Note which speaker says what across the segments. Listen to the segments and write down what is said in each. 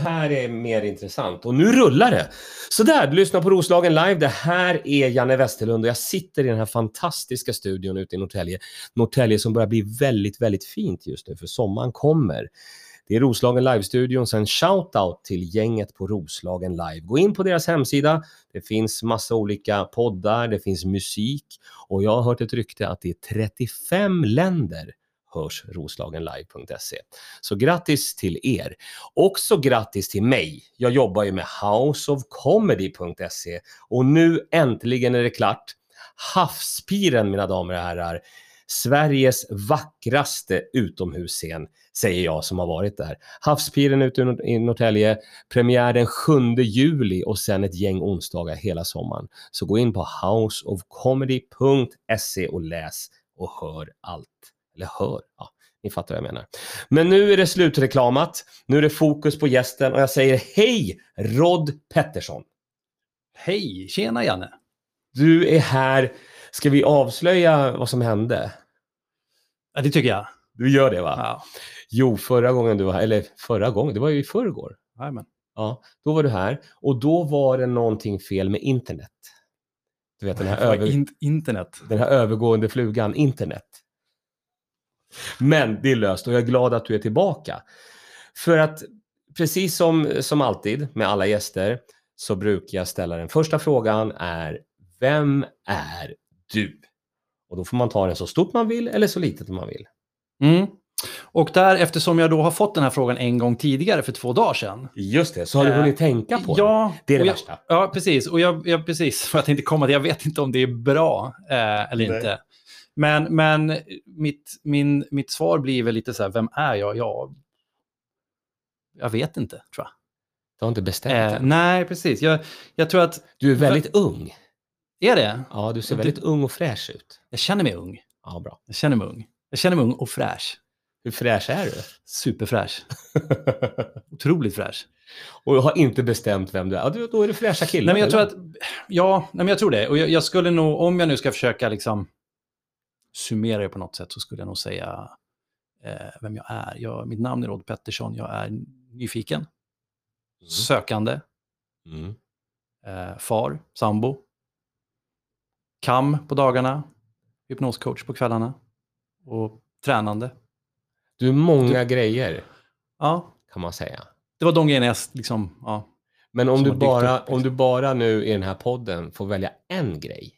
Speaker 1: här är mer intressant. Och nu rullar det! Så där, du lyssnar på Roslagen live. Det här är Janne Westerlund och jag sitter i den här fantastiska studion ute i Norrtälje. Norrtälje som börjar bli väldigt, väldigt fint just nu, för sommaren kommer. Det är Roslagen Live-studion, sen shoutout till gänget på Roslagen Live. Gå in på deras hemsida. Det finns massa olika poddar, det finns musik och jag har hört ett rykte att det är 35 länder hörs roslagenlive.se. Så grattis till er! Också grattis till mig! Jag jobbar ju med houseofcomedy.se och nu äntligen är det klart. Havspiren, mina damer och herrar. Sveriges vackraste utomhusscen, säger jag som har varit där. Havspiren ute i Norrtälje, premiär den 7 juli och sen ett gäng onsdagar hela sommaren. Så gå in på houseofcomedy.se och läs och hör allt. Eller hör, ja, ni fattar vad jag menar. Men nu är det slutreklamat. Nu är det fokus på gästen och jag säger hej Rod Pettersson.
Speaker 2: Hej! Tjena Janne!
Speaker 1: Du är här. Ska vi avslöja vad som hände?
Speaker 2: Ja, det tycker jag.
Speaker 1: Du gör det va?
Speaker 2: Ja.
Speaker 1: Jo, förra gången du var här, eller förra gången, det var ju i förrgår.
Speaker 2: Jajamän.
Speaker 1: Ja, då var du här och då var det någonting fel med internet. Du vet den här, över,
Speaker 2: In internet.
Speaker 1: den här övergående flugan, internet. Men det är löst och jag är glad att du är tillbaka. För att precis som, som alltid med alla gäster så brukar jag ställa den första frågan är Vem är du? Och då får man ta den så stort man vill eller så litet man vill.
Speaker 2: Mm. Och där, eftersom jag då har fått den här frågan en gång tidigare för två dagar sedan.
Speaker 1: Just det, så har du
Speaker 2: Eh,
Speaker 1: hunnit tänka på det.
Speaker 2: Ja,
Speaker 1: Det är det
Speaker 2: och jag,
Speaker 1: värsta.
Speaker 2: Ja, precis. Och jag, jag, precis, jag tänkte komma till, jag vet inte om det är bra eh, eller
Speaker 1: Nej.
Speaker 2: inte. Men, men mitt, min, mitt svar blir väl lite så här, vem är jag? Ja, jag vet inte, tror
Speaker 1: Du har inte
Speaker 2: jag.
Speaker 1: bestämt
Speaker 2: Eh,
Speaker 1: dig.
Speaker 2: nej, precis. Jag, jag tror att,
Speaker 1: Du är väldigt ung.
Speaker 2: är det?
Speaker 1: Ja, du ser
Speaker 2: Det-
Speaker 1: väldigt ung och fräsch ut.
Speaker 2: Jag känner mig ung.
Speaker 1: Ja, bra.
Speaker 2: Jag känner mig ung. Jag känner mig ung och fräsch.
Speaker 1: Hur fräsch är du?
Speaker 2: Superfräsch. Otroligt fräsch.
Speaker 1: och jag har inte bestämt vem du är. Ja, du- då är du fräscha killen.
Speaker 2: Nej, men jag tror
Speaker 1: eller?
Speaker 2: att, ja, nej, men jag tror det. Och jag, jag skulle nog, om jag nu ska försöka liksom summera det på något sätt, så skulle jag nog säga eh, vem jag är. Jag, mitt namn är Rod Pettersson, jag är nyfiken, sökande,
Speaker 1: Mm. Mm.
Speaker 2: eh, far, sambo, kam på dagarna, hypnoscoach på kvällarna och tränande.
Speaker 1: Du är många grejer,
Speaker 2: Ja,
Speaker 1: kan man säga.
Speaker 2: det var de grejerna jag s- liksom, ja.
Speaker 1: Men om
Speaker 2: Som
Speaker 1: du,
Speaker 2: har dykt
Speaker 1: bara,
Speaker 2: upp, liksom.
Speaker 1: om du bara nu i den här podden får välja en grej,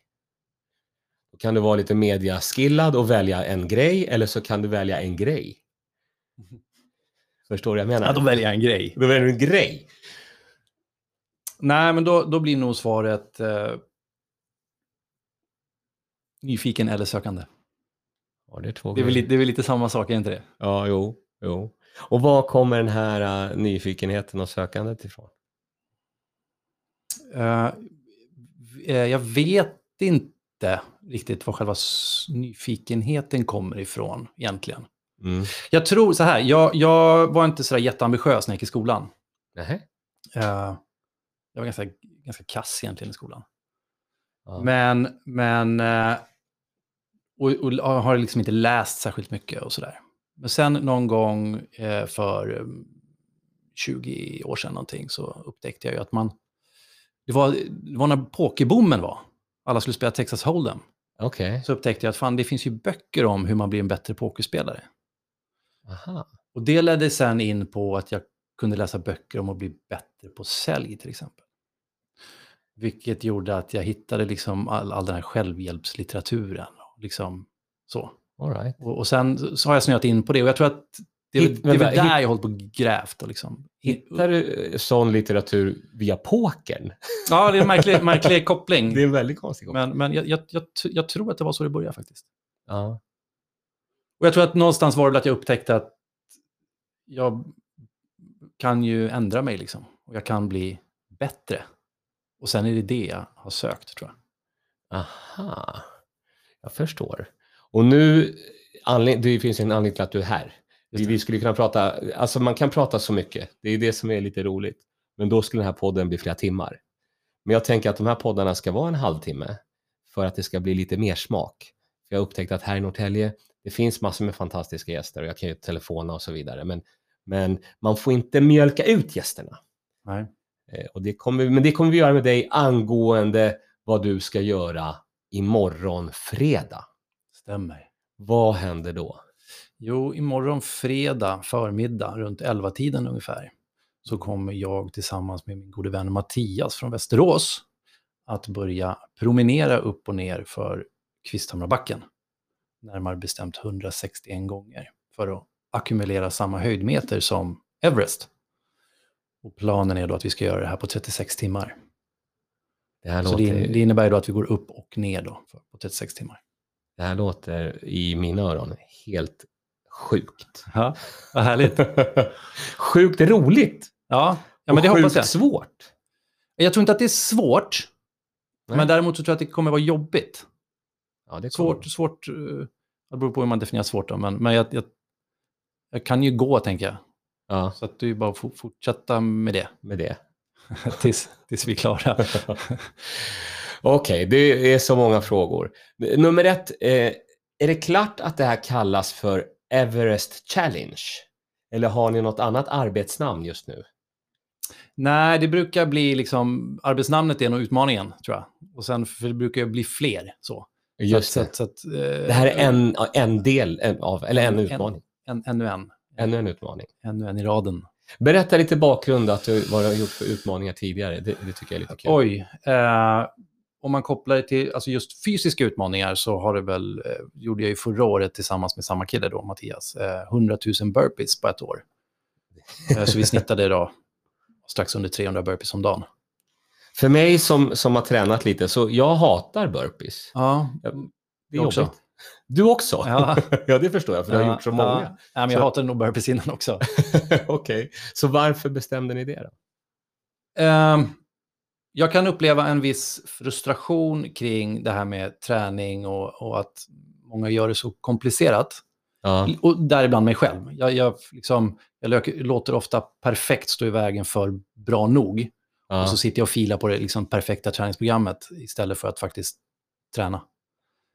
Speaker 1: då kan du vara lite mediaskillad och välja en grej, eller så kan du välja en grej. Förstår du vad jag menar?
Speaker 2: ja, då väljer jag en grej.
Speaker 1: Då väljer du en grej.
Speaker 2: Nej, men då, då blir nog svaret eh, nyfiken eller sökande.
Speaker 1: Ja, det är två
Speaker 2: Det är, väl,
Speaker 1: grejer.
Speaker 2: lite- det är väl lite samma sak, är inte det?
Speaker 1: Ja, jo, jo. Och var kommer den här eh, nyfikenheten och sökandet ifrån?
Speaker 2: Eh, eh, jag vet inte riktigt var själva s- nyfikenheten kommer ifrån egentligen.
Speaker 1: Mm.
Speaker 2: Jag tror så här, jag, jag var inte så där jätteambitiös när jag gick i skolan.
Speaker 1: Nähä?
Speaker 2: Eh, jag var ganska, ganska kass egentligen i skolan.
Speaker 1: Ja.
Speaker 2: Men, men eh, och, och jag har liksom inte läst särskilt mycket och sådär. Men sen någon gång eh, för eh, 20 år sedan någonting så upptäckte jag ju att man, det var, det var när pokerboomen var, alla skulle spela Texas Hold'em,
Speaker 1: Okej,
Speaker 2: så upptäckte jag att fan det finns ju böcker om hur man blir en bättre pokerspelare.
Speaker 1: aha.
Speaker 2: Och det ledde sen in på att jag kunde läsa böcker om att bli bättre på sälj till exempel. Vilket gjorde att jag hittade liksom all, all den här självhjälpslitteraturen. och Liksom så.
Speaker 1: All right.
Speaker 2: Och, och sen så så har jag snöat in på det och jag tror att det är, väl-
Speaker 1: Hitt-
Speaker 2: det är väl
Speaker 1: vänta,
Speaker 2: där jag håller på och grävt. Och liksom.
Speaker 1: Hittar du eh, sån litteratur via pokern?
Speaker 2: Ja, det är en märklig, märklig koppling.
Speaker 1: Det är en väldigt konstig gång.
Speaker 2: Men, men jag, jag, jag, t- jag tror att det var så det började faktiskt.
Speaker 1: Ja.
Speaker 2: Och jag tror att någonstans var det väl att jag upptäckte att jag kan ju ändra mig liksom. Och jag kan bli bättre. Och sen är det det jag har sökt tror jag.
Speaker 1: Aha, jag förstår. Och nu, anled- det finns ju en anledning till att du är här. Vi,
Speaker 2: Just
Speaker 1: vi skulle kunna prata, alltså man kan prata så mycket, det är det som är lite roligt. Men då skulle den här podden bli flera timmar. Men jag tänker att de här poddarna ska vara en halvtimme för att det ska bli lite mer smak. För jag har upptäckt att här i Norrtälje, det finns massor med fantastiska gäster och jag kan ju telefona och så vidare. Men Men man får inte mjölka ut gästerna.
Speaker 2: Nej.
Speaker 1: Eh, Och det kommer, men det kommer vi göra med dig angående vad du ska göra imorgon fredag.
Speaker 2: Stämmer.
Speaker 1: Vad händer då?
Speaker 2: Jo, imorgon fredag förmiddag runt 11-tiden ungefär så kommer jag tillsammans med min gode vän Mattias från Västerås att börja promenera upp och ner för Kvisthamrabacken. Närmare bestämt 161 gånger för att ackumulera samma höjdmeter som Everest. Och planen är då att vi ska göra det här på 36 timmar.
Speaker 1: Det här,
Speaker 2: Så
Speaker 1: låter,
Speaker 2: det, det
Speaker 1: det,
Speaker 2: innebär ju då att vi går upp och ner då för- på 36 timmar.
Speaker 1: här låter i mina öron helt sjukt.
Speaker 2: Ja, vad härligt.
Speaker 1: sjukt roligt
Speaker 2: Ja, ja
Speaker 1: och
Speaker 2: men det
Speaker 1: sjukt
Speaker 2: hoppas jag.
Speaker 1: svårt.
Speaker 2: Jag tror inte att det är svårt,
Speaker 1: Nej.
Speaker 2: men däremot så tror jag att det kommer vara jobbigt.
Speaker 1: Ja, det kommer-
Speaker 2: Svårt, svårt, eh, det beror på hur man definierar svårt då, men, men jag, jag, jag kan ju gå tänker jag.
Speaker 1: Ja,
Speaker 2: Så att det är ju bara att fo- fortsätta med det
Speaker 1: med det.
Speaker 2: tills, tills vi är klara.
Speaker 1: Okej, det är så många frågor. Nummer ett, eh, är det klart att det här kallas för Everest Challenge? Eller har ni något annat arbetsnamn just nu?
Speaker 2: Nej, det brukar bli liksom, arbetsnamnet är nog utmaningen tror jag. Och sen för det brukar ju bli fler så.
Speaker 1: Just
Speaker 2: så,
Speaker 1: det.
Speaker 2: att, så att, så att, eh,
Speaker 1: Det här är en, ja, en del en- av, eller en utmaning.
Speaker 2: en, ännu en.
Speaker 1: Ännu en utmaning.
Speaker 2: Ännu en i raden.
Speaker 1: Berätta lite bakgrund, att du, vad du har gjort för utmaningar tidigare. Det, det tycker jag är lite kul.
Speaker 2: Oj. Eh, om man kopplar det till alltså just fysiska utmaningar så har det väl, eh, gjorde jag ju förra året tillsammans med samma kille då, Mattias, eh, 100 000 burpees på ett år. Eh, så vi snittade då strax under 300 burpees om dagen.
Speaker 1: För mig som, som har tränat lite, så jag hatar burpees.
Speaker 2: Ja,
Speaker 1: Det är
Speaker 2: jag också.
Speaker 1: jobbigt. Du också?
Speaker 2: Ja.
Speaker 1: ja, det förstår jag, för du har gjort så många.
Speaker 2: Ja, Nej, men jag
Speaker 1: Så-
Speaker 2: hatade nog burpees innan också.
Speaker 1: Okej, så varför bestämde ni det då?
Speaker 2: Ehm, jag kan uppleva en viss frustration kring det här med träning och, och att många gör det så komplicerat.
Speaker 1: Ja.
Speaker 2: Och däribland mig själv. Jag, jag, liksom, jag lö- låter ofta perfekt stå i vägen för bra nog.
Speaker 1: Ja.
Speaker 2: Och så sitter jag och filar på det liksom, perfekta träningsprogrammet istället för att faktiskt träna.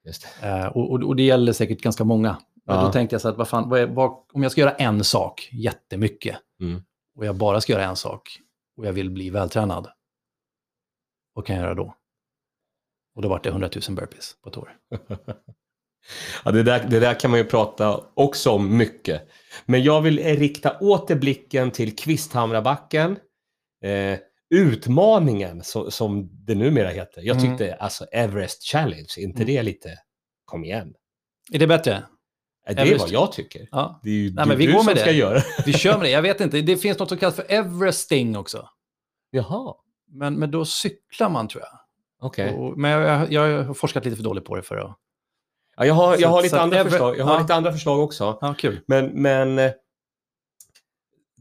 Speaker 1: Just det.
Speaker 2: Eh, och, och, och det gäller säkert ganska många. Men
Speaker 1: Ja.
Speaker 2: då tänkte jag så här, vad fan, vad är, vad, om jag ska göra en sak jättemycket
Speaker 1: Mm.
Speaker 2: och jag bara ska göra en sak och jag vill bli vältränad, vad kan jag göra då? Och då var det 100 000 burpees på ett år.
Speaker 1: Ja, det, där, det där kan man ju prata också om mycket. Men jag vill eh, rikta åter blicken till Kvisthamrabacken. Eh, utmaningen, så, som det numera heter. Jag
Speaker 2: Mm.
Speaker 1: tyckte alltså Everest Challenge, inte
Speaker 2: Mm.
Speaker 1: det lite... Kom igen.
Speaker 2: Är det bättre?
Speaker 1: Eh, Det är
Speaker 2: Everest-
Speaker 1: vad jag tycker.
Speaker 2: Ja,
Speaker 1: Det är ju
Speaker 2: Nej,
Speaker 1: det är
Speaker 2: men vi
Speaker 1: du
Speaker 2: går
Speaker 1: som
Speaker 2: med det.
Speaker 1: ska göra det.
Speaker 2: vi kör med det. Jag vet inte, det finns något som kallas för Everesting också.
Speaker 1: Jaha,
Speaker 2: Men, men då cyklar man tror jag.
Speaker 1: okej.
Speaker 2: Och, men jag, jag, jag har forskat lite för dåligt på det för att...
Speaker 1: Ja, jag har, jag
Speaker 2: Så-
Speaker 1: har,
Speaker 2: så
Speaker 1: lite,
Speaker 2: att
Speaker 1: andra
Speaker 2: Ever-
Speaker 1: förslag. Jag har
Speaker 2: ja.
Speaker 1: lite andra förslag också.
Speaker 2: Ja, kul.
Speaker 1: Men, men eh,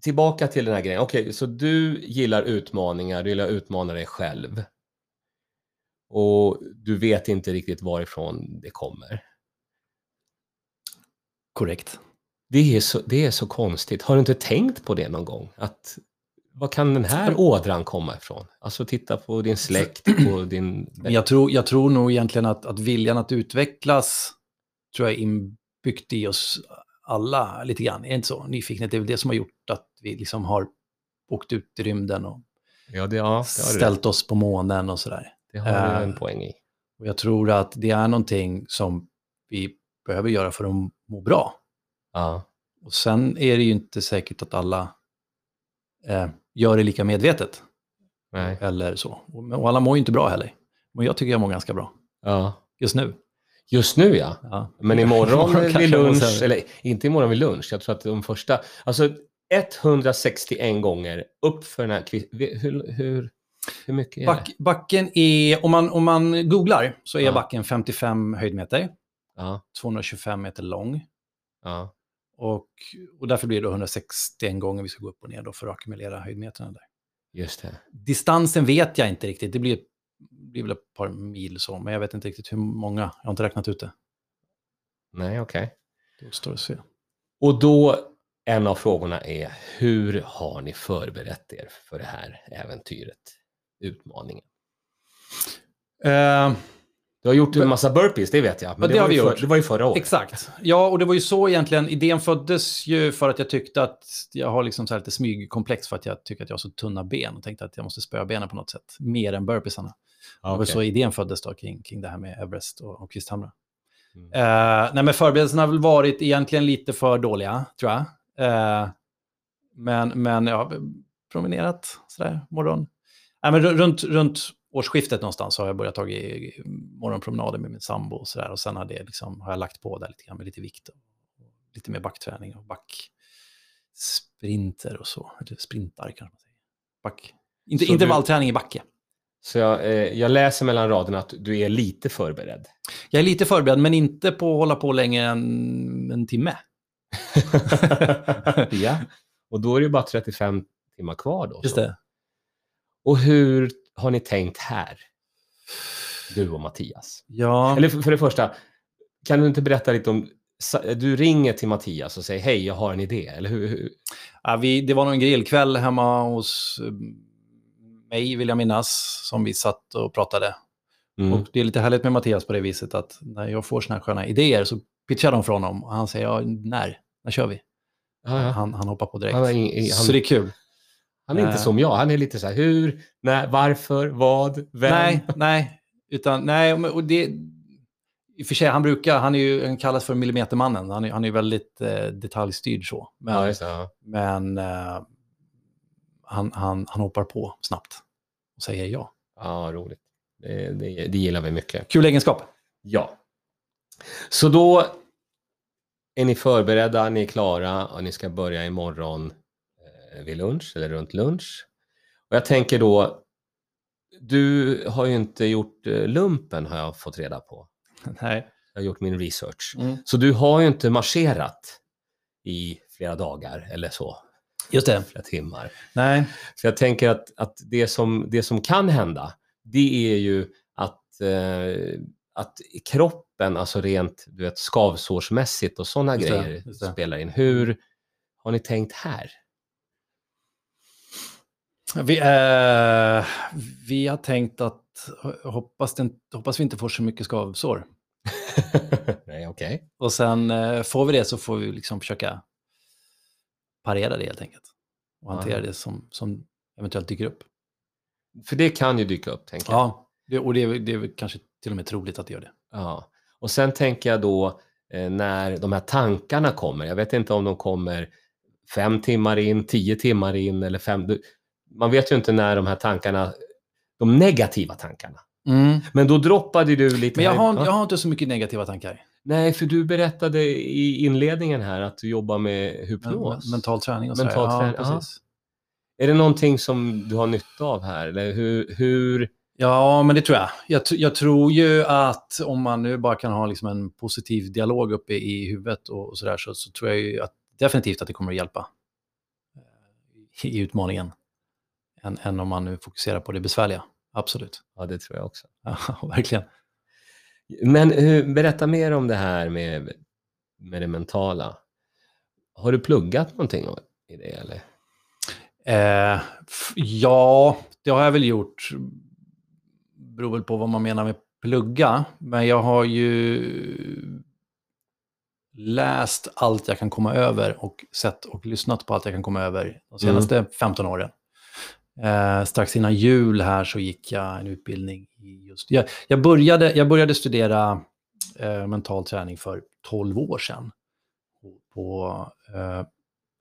Speaker 1: tillbaka till den här grejen. Okej, så du gillar utmaningar, du gillar att utmana dig själv. Och du vet inte riktigt varifrån det kommer.
Speaker 2: Korrekt.
Speaker 1: Det är, så, det är så konstigt. Har du inte tänkt på det någon gång? Att, vad kan den här ådran komma ifrån? Alltså titta på din släkt, på din...
Speaker 2: Men jag tror, jag tror nog egentligen att, att viljan att utvecklas tror jag är inbyggt i oss alla lite grann. Är det inte så? Nyfikenhet är väl det som har gjort att vi liksom har åkt ut i rymden och
Speaker 1: Ja, det, ja, det har du, rätt.
Speaker 2: ställt oss på månen och sådär.
Speaker 1: det har du en
Speaker 2: eh,
Speaker 1: poäng i.
Speaker 2: Och jag tror att det är någonting som vi behöver göra för att må bra.
Speaker 1: Ja.
Speaker 2: Och sen är det ju inte säkert att alla eh, gör det lika medvetet.
Speaker 1: Nej.
Speaker 2: eller så. Och, men- och alla mår ju inte bra heller. Men jag tycker jag mår ganska bra
Speaker 1: Ja.
Speaker 2: just nu.
Speaker 1: Just nu, ja.
Speaker 2: Ja.
Speaker 1: Men imorgon
Speaker 2: kanske
Speaker 1: vid
Speaker 2: jag mår
Speaker 1: lunch,
Speaker 2: sämre.
Speaker 1: eller inte imorgon vid lunch, jag tror att de första, alltså 161 gånger upp för den här kvi- vi- hur, hur, hur mycket är det?
Speaker 2: Back, backen är, om man, om man googlar, så är
Speaker 1: Ja.
Speaker 2: backen 55 höjdmeter,
Speaker 1: Ja,
Speaker 2: 225 meter lång.
Speaker 1: ja,
Speaker 2: Och, och därför blir det då 161 gånger vi ska gå upp och ner då för att ackumulera höjdmeterna där.
Speaker 1: just det.
Speaker 2: Distansen vet jag inte riktigt. Det blir, blir väl ett par mil så, men jag vet inte riktigt hur många. Jag har inte räknat ut det.
Speaker 1: Nej, okej.
Speaker 2: Det återstår att se.
Speaker 1: Och då, en av frågorna är, hur har ni förberett er för det här äventyret? Utmaningen.
Speaker 2: Eh,
Speaker 1: Du har gjort en massa burpees, det vet jag. Men
Speaker 2: Ja,
Speaker 1: det,
Speaker 2: det
Speaker 1: var
Speaker 2: har
Speaker 1: ju
Speaker 2: vi
Speaker 1: för,
Speaker 2: gjort.
Speaker 1: det var ju förra året.
Speaker 2: Exakt. Ja, och det var ju så egentligen. Idén föddes ju för att jag tyckte att jag har liksom så här lite smygkomplex för att jag tycker att jag har så tunna ben och tänkte att jag måste spöa benen på något sätt. Mer än burpeesarna.
Speaker 1: Ja,
Speaker 2: Det var
Speaker 1: okej.
Speaker 2: så idén föddes då kring, kring det här med Everest och, och Kvisthamra.
Speaker 1: Mm.
Speaker 2: Eh, nej, men förberedelserna har väl varit egentligen lite för dåliga, tror jag. Eh, men, men jag har promenerat sådär morgon. Nej, men ru- runt, runt årsskiftet någonstans har jag börjat ta i- morgonpromenader med min sambo och sådär. Och sen har, det liksom, har jag lagt på där lite grann med lite vikt. Och lite mer backträning och backsprinter och så. Eller sprintar kanske man säger. Back. Inte,
Speaker 1: Så du-
Speaker 2: intervallträning i backe.
Speaker 1: Så jag, eh, jag läser mellan raderna att du är lite förberedd.
Speaker 2: Jag är lite förberedd, men inte på att hålla på längre än en timme. ja,
Speaker 1: Och då är det ju bara 35 timmar kvar då.
Speaker 2: just
Speaker 1: så.
Speaker 2: det.
Speaker 1: Och hur har ni tänkt här? Du och Mattias.
Speaker 2: Ja,
Speaker 1: Eller för, för det första, kan du inte berätta lite om... sa- Du ringer till Mattias och säger hej, jag har en idé. Eller hur, hur?
Speaker 2: ja vi, det var någon grillkväll hemma hos eh, mig, vill jag minnas, som vi satt och pratade.
Speaker 1: Och-
Speaker 2: Och det är lite härligt med Mattias på det viset att när jag får såna här sköna idéer så pitchar de från honom och han säger ja, när? När kör vi?
Speaker 1: Ja, ja.
Speaker 2: Han, han hoppar på direkt.
Speaker 1: Han, har ing- ing-
Speaker 2: så det
Speaker 1: han,
Speaker 2: är kul.
Speaker 1: han är inte
Speaker 2: eh.
Speaker 1: som jag. Han är lite så här, hur, när, varför, vad, vem?
Speaker 2: Nej, nej. Utan, nej men- och det, I och för sig, han brukar, han är ju han kallas för millimetermannen. Han är, han är ju väldigt eh, detaljstyrd så. Men,
Speaker 1: Ja, just det, ja.
Speaker 2: men eh, han, han, han hoppar på snabbt och säger ja.
Speaker 1: ja, roligt. Det, det, det gillar vi mycket.
Speaker 2: Kul egenskap.
Speaker 1: Ja. Så då är ni förberedda, ni är klara och ni ska börja imorgon eh, vid lunch eller runt lunch. Och jag tänker då, du har ju inte gjort eh, lumpen har jag fått reda på.
Speaker 2: Nej.
Speaker 1: Jag har gjort min research.
Speaker 2: Mm.
Speaker 1: Så du har ju inte marscherat i flera dagar eller så,
Speaker 2: Just det.
Speaker 1: flera timmar.
Speaker 2: Nej.
Speaker 1: Så jag tänker att, att det, som, det som kan hända, det är ju att, eh, att kroppen, alltså rent du vet, skavsårsmässigt och sådana
Speaker 2: Just det,
Speaker 1: grejer
Speaker 2: just det.
Speaker 1: spelar in. Hur har ni tänkt här?
Speaker 2: Vi, eh, vi har tänkt att hoppas, det, inte- hoppas vi inte får så mycket skavsår.
Speaker 1: Nej, okej.
Speaker 2: Och sen eh, får vi det så får vi liksom försöka parera det helt enkelt. Och hantera
Speaker 1: Ja.
Speaker 2: det som, som eventuellt dyker upp.
Speaker 1: För det kan ju dyka upp, tänker jag.
Speaker 2: Ja, det, och det, är- det är väl kanske till och med troligt att det gör det.
Speaker 1: Ja. Och sen tänker jag då eh, när de här tankarna kommer, jag vet inte om de kommer fem timmar in, tio timmar in eller fem... Du, man vet ju inte när de här tankarna, de negativa tankarna,
Speaker 2: Mm.
Speaker 1: Men då droppade du lite...
Speaker 2: Men jag
Speaker 1: här-
Speaker 2: har,
Speaker 1: Ja.
Speaker 2: jag har inte så mycket negativa tankar.
Speaker 1: Nej, för du berättade i inledningen här att du jobbar med
Speaker 2: Men,
Speaker 1: hypnos.
Speaker 2: men- mental träning och
Speaker 1: Mental
Speaker 2: sådär.
Speaker 1: träning,
Speaker 2: ja, precis.
Speaker 1: Är det någonting som du har nytta av här? Eller hur, hur...
Speaker 2: Ja, men det tror jag. Jag, tr- jag tror ju att om man nu bara kan ha liksom en positiv dialog uppe i huvudet och, och sådär så, så tror jag ju att, definitivt att det kommer att hjälpa eh, i utmaningen. Än, än om man nu fokuserar på det besvärliga. Absolut.
Speaker 1: Ja, det tror jag också.
Speaker 2: Ja, verkligen.
Speaker 1: Men eh, berätta mer om det här med, med det mentala. Har du pluggat någonting i det? Eller?
Speaker 2: Eh, f- ja, det har jag väl gjort. Beror väl på vad man menar med plugga. Men jag har ju läst allt jag kan komma över och sett och lyssnat på allt jag kan komma över de senaste 15 åren. Eh, strax innan jul här så gick jag en utbildning i just... Jag, jag, började, jag började studera eh, mental träning för 12 år sedan på eh,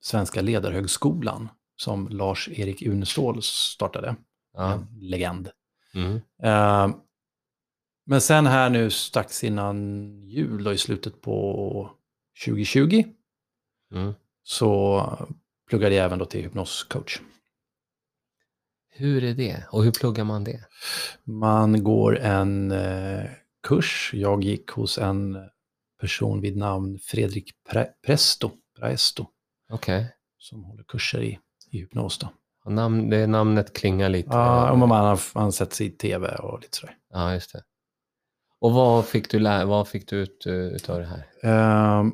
Speaker 2: Svenska ledarhögskolan som Lars-Erik Unestål startade.
Speaker 1: Ja.
Speaker 2: En legend.
Speaker 1: Mm.
Speaker 2: Eh, men sen här nu strax innan jul, då, i slutet på 2020,
Speaker 1: Mm.
Speaker 2: så pluggade jag även då till hypnoscoach.
Speaker 1: Hur är det? Och hur pluggar man det?
Speaker 2: Man går en eh, kurs. Jag gick hos en person vid namn Fredrik Pre- Presto, Presto
Speaker 1: Okej.
Speaker 2: som håller kurser i, i hypnos. Då.
Speaker 1: Och Namn, det namnet klingar lite.
Speaker 2: Ja, och man har ansett sig i tv och lite sådär.
Speaker 1: ja, just det. Och vad fick du, lä- vad fick du ut eh, av det här?
Speaker 2: Ehm,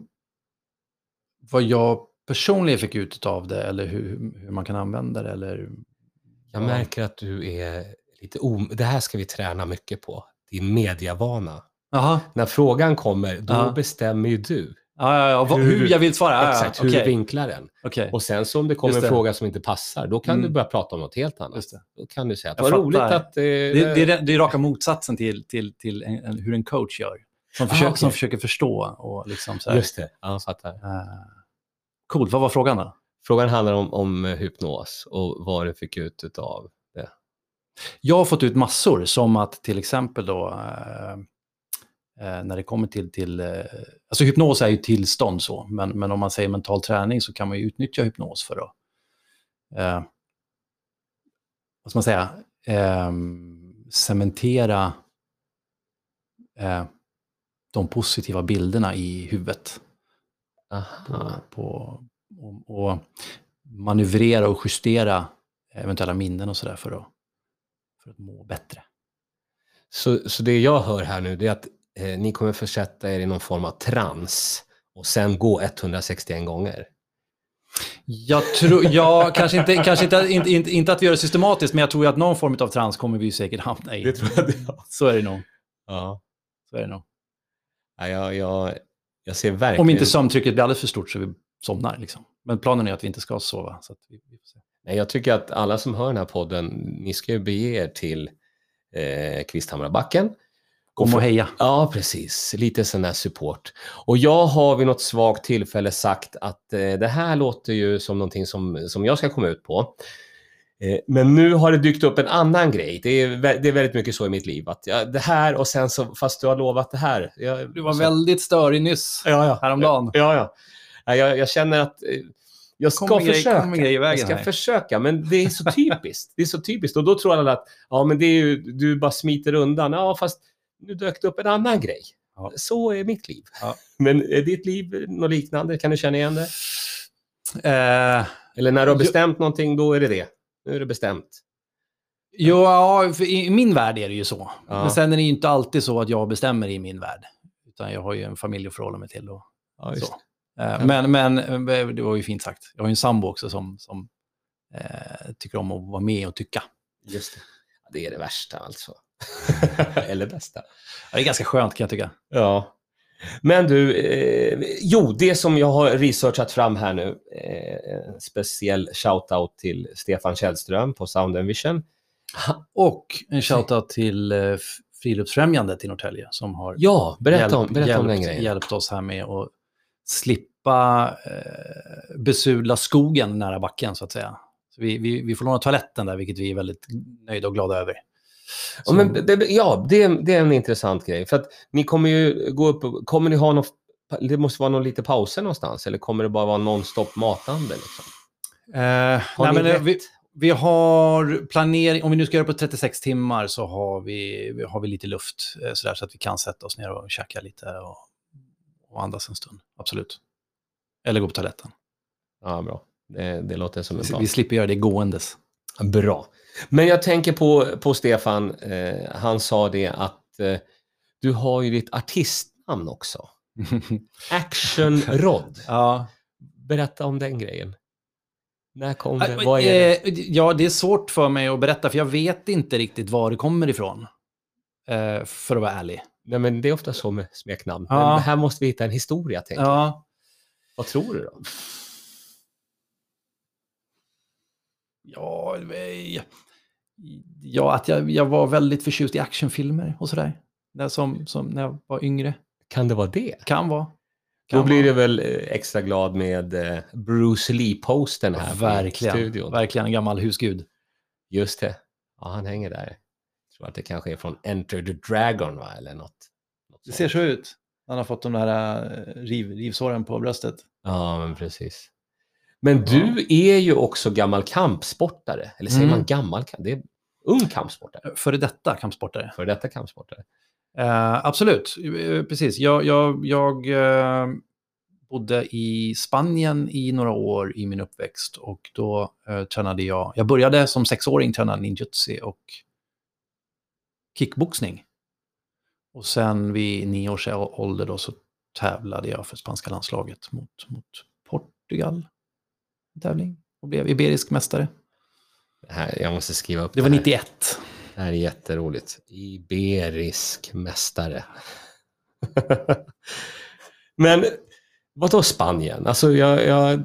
Speaker 2: vad jag personligen fick ut av det eller hur, hur man kan använda det eller...
Speaker 1: Jag
Speaker 2: Ja.
Speaker 1: märker att du är lite om... Det här ska vi träna mycket på din mediavana.
Speaker 2: Jaha.
Speaker 1: När frågan kommer, då
Speaker 2: Ja.
Speaker 1: bestämmer ju du
Speaker 2: Ja, ja, ja. Vad-
Speaker 1: Hur-
Speaker 2: Hur, jag vill svara? Ja, ja,
Speaker 1: exakt hur
Speaker 2: okej,
Speaker 1: du vinklar den.
Speaker 2: okej.
Speaker 1: Och sen så om det kommer
Speaker 2: Just
Speaker 1: en
Speaker 2: det.
Speaker 1: fråga som inte passar, då kan
Speaker 2: Mm.
Speaker 1: du börja prata om något helt annat.
Speaker 2: Just det.
Speaker 1: Då kan du säga att
Speaker 2: Jag
Speaker 1: vad
Speaker 2: fattar.
Speaker 1: roligt att... Eh,
Speaker 2: Det, det, är, den- det är raka motsatsen till, till, till en, en, hur en coach gör. Som, försöker,
Speaker 1: Ah, okej.
Speaker 2: som försöker förstå och liksom så här.
Speaker 1: Just det, ja, jag fattar.
Speaker 2: eh, coolt, vad var frågan då?
Speaker 1: Frågan handlar om, om eh, hypnos och vad du fick ut utav
Speaker 2: Jag har fått ut massor, som att till exempel då, eh, eh, när det kommer till, till eh, alltså hypnos är ju tillstånd så, men, men om man säger mental träning så kan man ju utnyttja hypnos för att, eh, vad ska man säga, eh, cementera eh, de positiva bilderna i huvudet på,
Speaker 1: Aha.
Speaker 2: på och, och manövrera och justera eventuella minnen och sådär för att, för att må bättre.
Speaker 1: Så, så det jag hör här nu det är att eh, ni kommer försätta er i någon form av trans och sen gå 161 gånger.
Speaker 2: Jag tror, ja, kanske, inte, kanske inte, inte, inte, inte att vi gör det systematiskt, men jag tror ju att någon form av trans kommer vi ju säkert hamna i.
Speaker 1: tror jag det
Speaker 2: Så är det nog.
Speaker 1: ja.
Speaker 2: Så är det nog.
Speaker 1: ja jag, jag, jag ser verkligen...
Speaker 2: Om inte sömntrycket blir alldeles för stort så vi somnar. Liksom. Men planen är att vi inte ska sova. Så att vi, vi får se.
Speaker 1: Nej, jag tycker att alla som hör den här podden, ni ska ju bege er till eh, Kvisthamrabacken.
Speaker 2: Kom och heja.
Speaker 1: Ja, precis. Lite sån där support. Och jag har vid något svagt tillfälle sagt att eh, det här låter ju som någonting som, som jag ska komma ut på. Eh, men nu har det dykt upp en annan grej. Det är, vä- det är väldigt mycket så i mitt liv. Att ja, det här och sen så, fast du har lovat det här. Jag,
Speaker 2: Du var
Speaker 1: så-
Speaker 2: väldigt störig nyss,
Speaker 1: Ja, ja.
Speaker 2: häromdagen.
Speaker 1: Ja, ja. Nej, Jag, jag känner att eh, jag ska
Speaker 2: Kom en grej,
Speaker 1: försöka.
Speaker 2: kom en grej i
Speaker 1: jag
Speaker 2: vägen
Speaker 1: ska
Speaker 2: här.
Speaker 1: försöka, men det är så typiskt. Det är så typiskt. Och då tror alla att ja, men det är ju, du bara smiter undan. Ja, fast nu dök det upp en annan grej.
Speaker 2: Ja.
Speaker 1: Så är mitt liv.
Speaker 2: Ja.
Speaker 1: Men är ditt liv något liknande? Kan du känna igen det?
Speaker 2: Eh,
Speaker 1: Eller när du har bestämt någonting, då är det det. Nu är det bestämt.
Speaker 2: Jo, ja, för i i min värld är det ju så.
Speaker 1: Ja.
Speaker 2: Men sen är det ju inte alltid så att jag bestämmer i min värld. Utan jag har ju en familj att förhålla mig till. Och,
Speaker 1: Ja,
Speaker 2: just eh, men, men eh, det var ju fint sagt. Jag har ju en sambo också som, som eh, tycker om att vara med och tycka.
Speaker 1: Just det. Ja, Det är det värsta alltså. Eller bästa.
Speaker 2: Ja, det är ganska skönt kan jag tycka.
Speaker 1: Ja. Men du, eh, jo, det som jag har researchat fram här nu, eh, en speciell shout-out till Stefan Källström på Sound and Vision.
Speaker 2: Och en shoutout till eh, F- Friluftsfrämjandet i Norrtälje som har
Speaker 1: Ja, berätta om,
Speaker 2: hjälpt-
Speaker 1: berätta om den
Speaker 2: hjälpt,
Speaker 1: grejen.
Speaker 2: hjälpt oss här med att slippa eh, besudla skogen nära backen så att säga. Så vi, vi, vi får låna toaletten där, vilket vi är väldigt nöjda och glada över.
Speaker 1: Ja,
Speaker 2: Så- eh,
Speaker 1: men, det- det, ja det, är, det är en intressant grej. För att ni kommer ju gå upp, och- kommer ni ha någon, det måste vara någon lite pauser någonstans, eller kommer det bara vara nonstop matande? Liksom?
Speaker 2: Eh,
Speaker 1: Har ni
Speaker 2: nej, men, eh,
Speaker 1: rätt?
Speaker 2: vi, vi har planering, om vi nu ska göra på 36 timmar så har vi, har vi lite luft eh, sådär, så att vi kan sätta oss ner och käka lite och, och andas en stund. Absolut. Eller gå på toaletten.
Speaker 1: Ja, bra. Det, det låter som en
Speaker 2: Vi,
Speaker 1: plan.
Speaker 2: vi slipper göra det gåendes.
Speaker 1: Bra. Men jag tänker på, på Stefan, eh, han sa det att eh, du har ju ditt artistnamn också. Action Rod.
Speaker 2: ja.
Speaker 1: Berätta om den grejen. När kom
Speaker 2: Äh,
Speaker 1: den?
Speaker 2: men,
Speaker 1: Vad är det?
Speaker 2: eh, Ja, det är svårt för mig att berätta, för jag vet inte riktigt var det kommer ifrån. Eh, För att vara ärlig.
Speaker 1: Nej, men det är ofta så med smeknamn.
Speaker 2: Ja.
Speaker 1: Men här måste vi hitta en historia, tänker jag.
Speaker 2: Ja.
Speaker 1: Vad tror du då?
Speaker 2: Ja, eh, ja att jag, jag var väldigt förtjust i actionfilmer och sådär. Där som, som när jag var yngre.
Speaker 1: Kan det vara det?
Speaker 2: Kan vara. Kan
Speaker 1: Då blir du
Speaker 2: vara.
Speaker 1: väl eh, extra glad med eh, Bruce Lee-posten här
Speaker 2: Verkligen.
Speaker 1: på studion.
Speaker 2: Verkligen en gammal husgud.
Speaker 1: Just det. Ja, han hänger där. Jag tror att det kanske är från Enter the Dragon, va? Eller något. något sånt.
Speaker 2: så ut. Han har fått de där eh, riv, rivsåren på bröstet.
Speaker 1: Ja, men precis. Men du är ju också gammal kampsportare. Eller säger
Speaker 2: Mm.
Speaker 1: man gammal? kamp- Det är ung kampsportare.
Speaker 2: Före detta kampsportare.
Speaker 1: Före detta kampsportare.
Speaker 2: Eh, absolut, Eh, precis. Jag, jag, jag eh, bodde i Spanien i några år i min uppväxt och då eh, tränade jag. Jag började som sexåring träna ninjutsu och kickboxning. Och sen vid nio års ålder då så tävlade jag för spanska landslaget mot, mot Portugal. i Tävling och blev iberisk mästare.
Speaker 1: Det Här, jag måste skriva upp
Speaker 2: Det var
Speaker 1: här.
Speaker 2: 91.
Speaker 1: Det här är jätteroligt. Iberisk mästare. Men vadå Spanien? Alltså, jag, jag,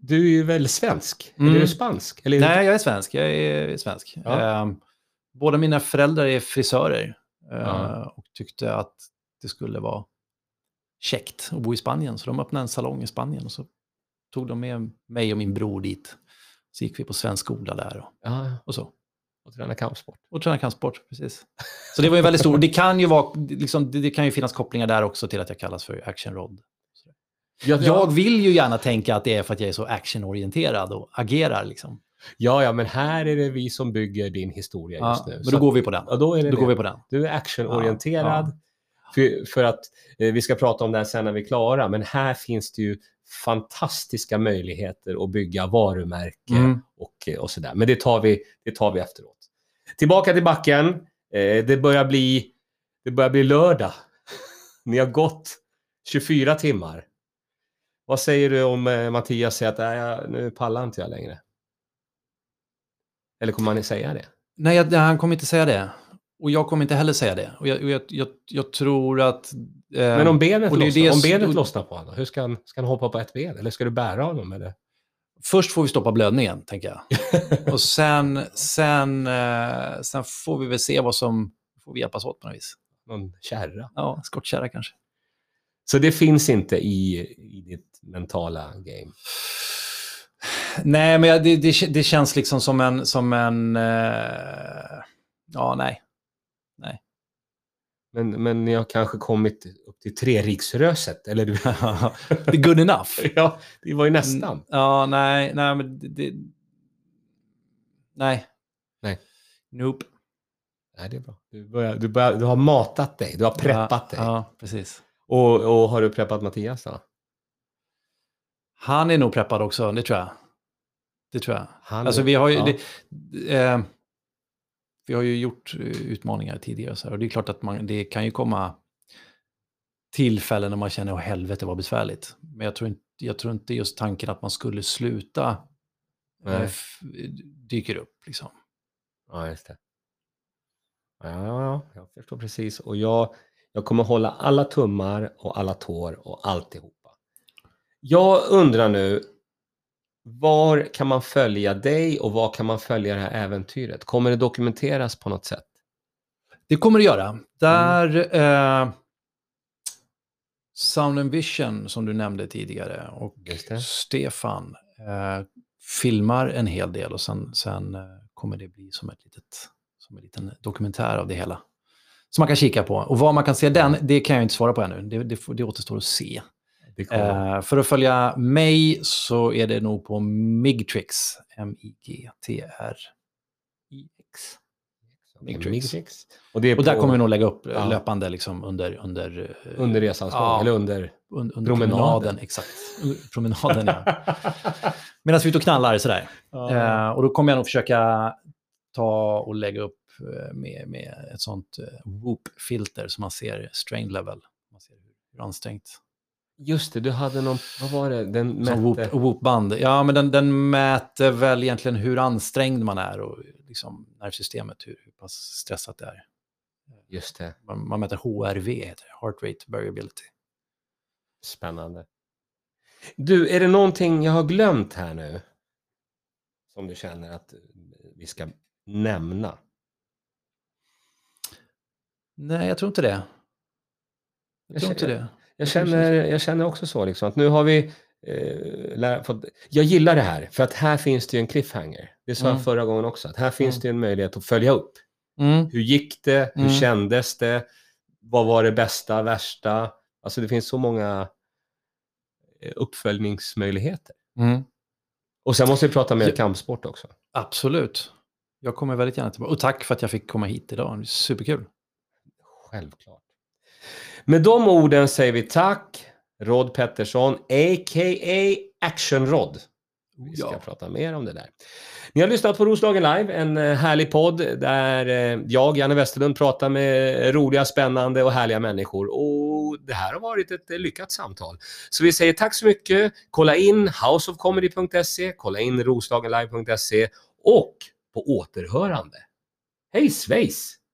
Speaker 1: du är ju väl svensk?
Speaker 2: Mm.
Speaker 1: Är du spansk? Eller är du-
Speaker 2: Nej, jag är svensk. Jag är svensk.
Speaker 1: Ja.
Speaker 2: Ehm, båda mina föräldrar är frisörer eh,
Speaker 1: Ja.
Speaker 2: och tyckte att det skulle vara käckt att bo i Spanien. Så de öppnade en salong i Spanien och så tog de med mig och min bror dit. Så gick vi på svensk skola där och,
Speaker 1: Ja,
Speaker 2: och så.
Speaker 1: och tränar kampsport.
Speaker 2: Och tränade kampsport, precis. Så det var ju väldigt stor. Det kan ju, vara, liksom, det, det kan ju finnas kopplingar där också till att jag kallas för Action Rod.
Speaker 1: Jag,
Speaker 2: Jag vill ju gärna tänka att det är för att jag är så actionorienterad och agerar. Liksom.
Speaker 1: ja, ja, men här är det vi som bygger din historia
Speaker 2: Ja,
Speaker 1: just nu.
Speaker 2: men
Speaker 1: Så
Speaker 2: då
Speaker 1: att-
Speaker 2: går vi på den.
Speaker 1: ja, då är det
Speaker 2: Då går
Speaker 1: det.
Speaker 2: vi på den.
Speaker 1: Du är actionorienterad.
Speaker 2: Ja,
Speaker 1: För, för att eh, vi ska prata om det här sen när vi är klara, men här finns det ju fantastiska möjligheter att bygga varumärke
Speaker 2: Mm.
Speaker 1: och, eh, och sådär. Men det tar, vi, det tar vi efteråt. Tillbaka till backen. Eh, det, börjar bli, det börjar bli lördag. Ni har gått 24 timmar. Vad säger du om eh, Mattias säger att "Nej, jag- nu pallar inte jag längre? Eller kommer han säga det?
Speaker 2: Nej, jag, han kommer inte säga det. Och jag kommer inte heller säga det. Och jag, och jag, jag, jag tror att... eh,
Speaker 1: Men om benet,
Speaker 2: och det är
Speaker 1: lossnar,
Speaker 2: det
Speaker 1: om
Speaker 2: som-
Speaker 1: benet lossnar på honom, hur ska han, ska han hoppa på ett ben? Eller ska du bära honom? Eller?
Speaker 2: Först får vi stoppa blödningen, tänker jag. och sen, sen, eh, sen får vi väl se vad som... får vi hjälpas åt på något vis.
Speaker 1: Någon kärra?
Speaker 2: Ja, skottkärra kanske.
Speaker 1: Så det finns inte i, i ditt mentala game?
Speaker 2: Nej, men jag, det, det, det känns liksom som en... Som en eh, ja, nej.
Speaker 1: Men, men ni har kanske kommit upp till treriksröset? Eller du?
Speaker 2: det är good enough.
Speaker 1: ja, det var ju
Speaker 2: Mm.
Speaker 1: nästan.
Speaker 2: Ja, nej, nej, men det... det nej.
Speaker 1: Nej.
Speaker 2: Nope.
Speaker 1: Nej, det är bra. Du, börjar, du, börjar, du har matat dig, du har preppat dig.
Speaker 2: Ja, ja, precis.
Speaker 1: Och, och har du preppat Mattias då?
Speaker 2: Han är nog preppad också, det tror jag. Det tror jag.
Speaker 1: Han
Speaker 2: Alltså vi har ju...
Speaker 1: ja.
Speaker 2: Det, eh, vi har ju gjort eh, utmaningar tidigare och så här, och det är klart att man, det kan ju komma tillfällen när man känner att helvete vad besvärligt. Men jag tror, inte, jag tror inte just tanken att man skulle sluta eh,
Speaker 1: Nej.
Speaker 2: f- dyker upp. Liksom.
Speaker 1: Ja, just det. Ja, ja, ja, jag förstår precis. Och jag, jag kommer hålla alla tummar och alla tår och alltihopa. Jag undrar nu, var kan man följa dig och var kan man följa det här äventyret? Kommer det dokumenteras på något sätt?
Speaker 2: Det kommer det göra. Där
Speaker 1: Mm.
Speaker 2: eh, Sound and Vision som du nämnde tidigare och
Speaker 1: Just det.
Speaker 2: Stefan eh, filmar en hel del och sen, sen eh, kommer det bli som, ett litet, som en liten dokumentär av det hela. Som man kan kika på. Och var man kan se den, det kan jag inte svara på ännu. Det, det, får- det återstår att se.
Speaker 1: Det kommer.
Speaker 2: Eh, för att följa mig så är det nog på Migtrix. M-I-G-T-R-I-X.
Speaker 1: Okej,
Speaker 2: Eh, Matrix.
Speaker 1: Matrix. Och, det är
Speaker 2: Och där
Speaker 1: på-
Speaker 2: kommer vi nog lägga upp eh,
Speaker 1: Ja.
Speaker 2: löpande liksom under, under, eh,
Speaker 1: Under resans gång,
Speaker 2: Ja.
Speaker 1: eller under...
Speaker 2: un- under
Speaker 1: promenaden.
Speaker 2: promenaden. Exakt. Under Promenaden, ja. Medan vi är ute och knallar sådär.
Speaker 1: Ja.
Speaker 2: Eh, och då kommer jag nog försöka ta och lägga upp eh, med, med ett sånt eh, whoop-filter så man ser strain level. Man ser hur ansträngt.
Speaker 1: Just det, du hade någon... Vad var det? Den
Speaker 2: Som
Speaker 1: mätte...
Speaker 2: whoop- whoop-band. ja, men den, den mäter väl egentligen hur ansträngd man är och liksom nervsystemet, hur, hur pass stressat det är.
Speaker 1: Just det.
Speaker 2: Man, man mäter HRV, heter det, Heart Rate Variability.
Speaker 1: Spännande. Du, är det någonting jag har glömt här nu? Som du känner att eh, vi ska nämna?
Speaker 2: Nej, jag tror inte det.
Speaker 1: Jag
Speaker 2: Jag tror inte
Speaker 1: känner-
Speaker 2: det.
Speaker 1: Jag känner, jag känner också så, liksom, att nu har vi... Eh, lär- fått, jag gillar det här, för att här finns det ju en cliffhanger. Det sa
Speaker 2: Mm.
Speaker 1: jag förra gången också, att här finns
Speaker 2: Mm.
Speaker 1: det ju en möjlighet att följa upp.
Speaker 2: Mm.
Speaker 1: Hur gick det? Hur
Speaker 2: Mm.
Speaker 1: kändes det? Vad var det bästa, värsta? Alltså det finns så många eh, uppföljningsmöjligheter.
Speaker 2: Mm.
Speaker 1: Och sen måste vi prata mer
Speaker 2: Ja.
Speaker 1: kampsport också.
Speaker 2: Absolut. Jag kommer väldigt gärna tillbaka. Och tack för att jag fick komma hit idag. Superkul.
Speaker 1: Självklart. Med de orden säger vi tack, Rod Pettersson, a.k.a. Action-Rod. Vi ska
Speaker 2: Ja.
Speaker 1: prata mer om det där. Ni har lyssnat på Roslagen Live, en eh, härlig podd där eh, jag, Janne Westerlund, pratar med roliga, spännande och härliga människor. Och det här har varit ett eh, lyckat samtal. Så vi säger tack så mycket. Kolla in houseofcomedy.se, kolla in roslagenlive.se och på återhörande. Hej Schweiz!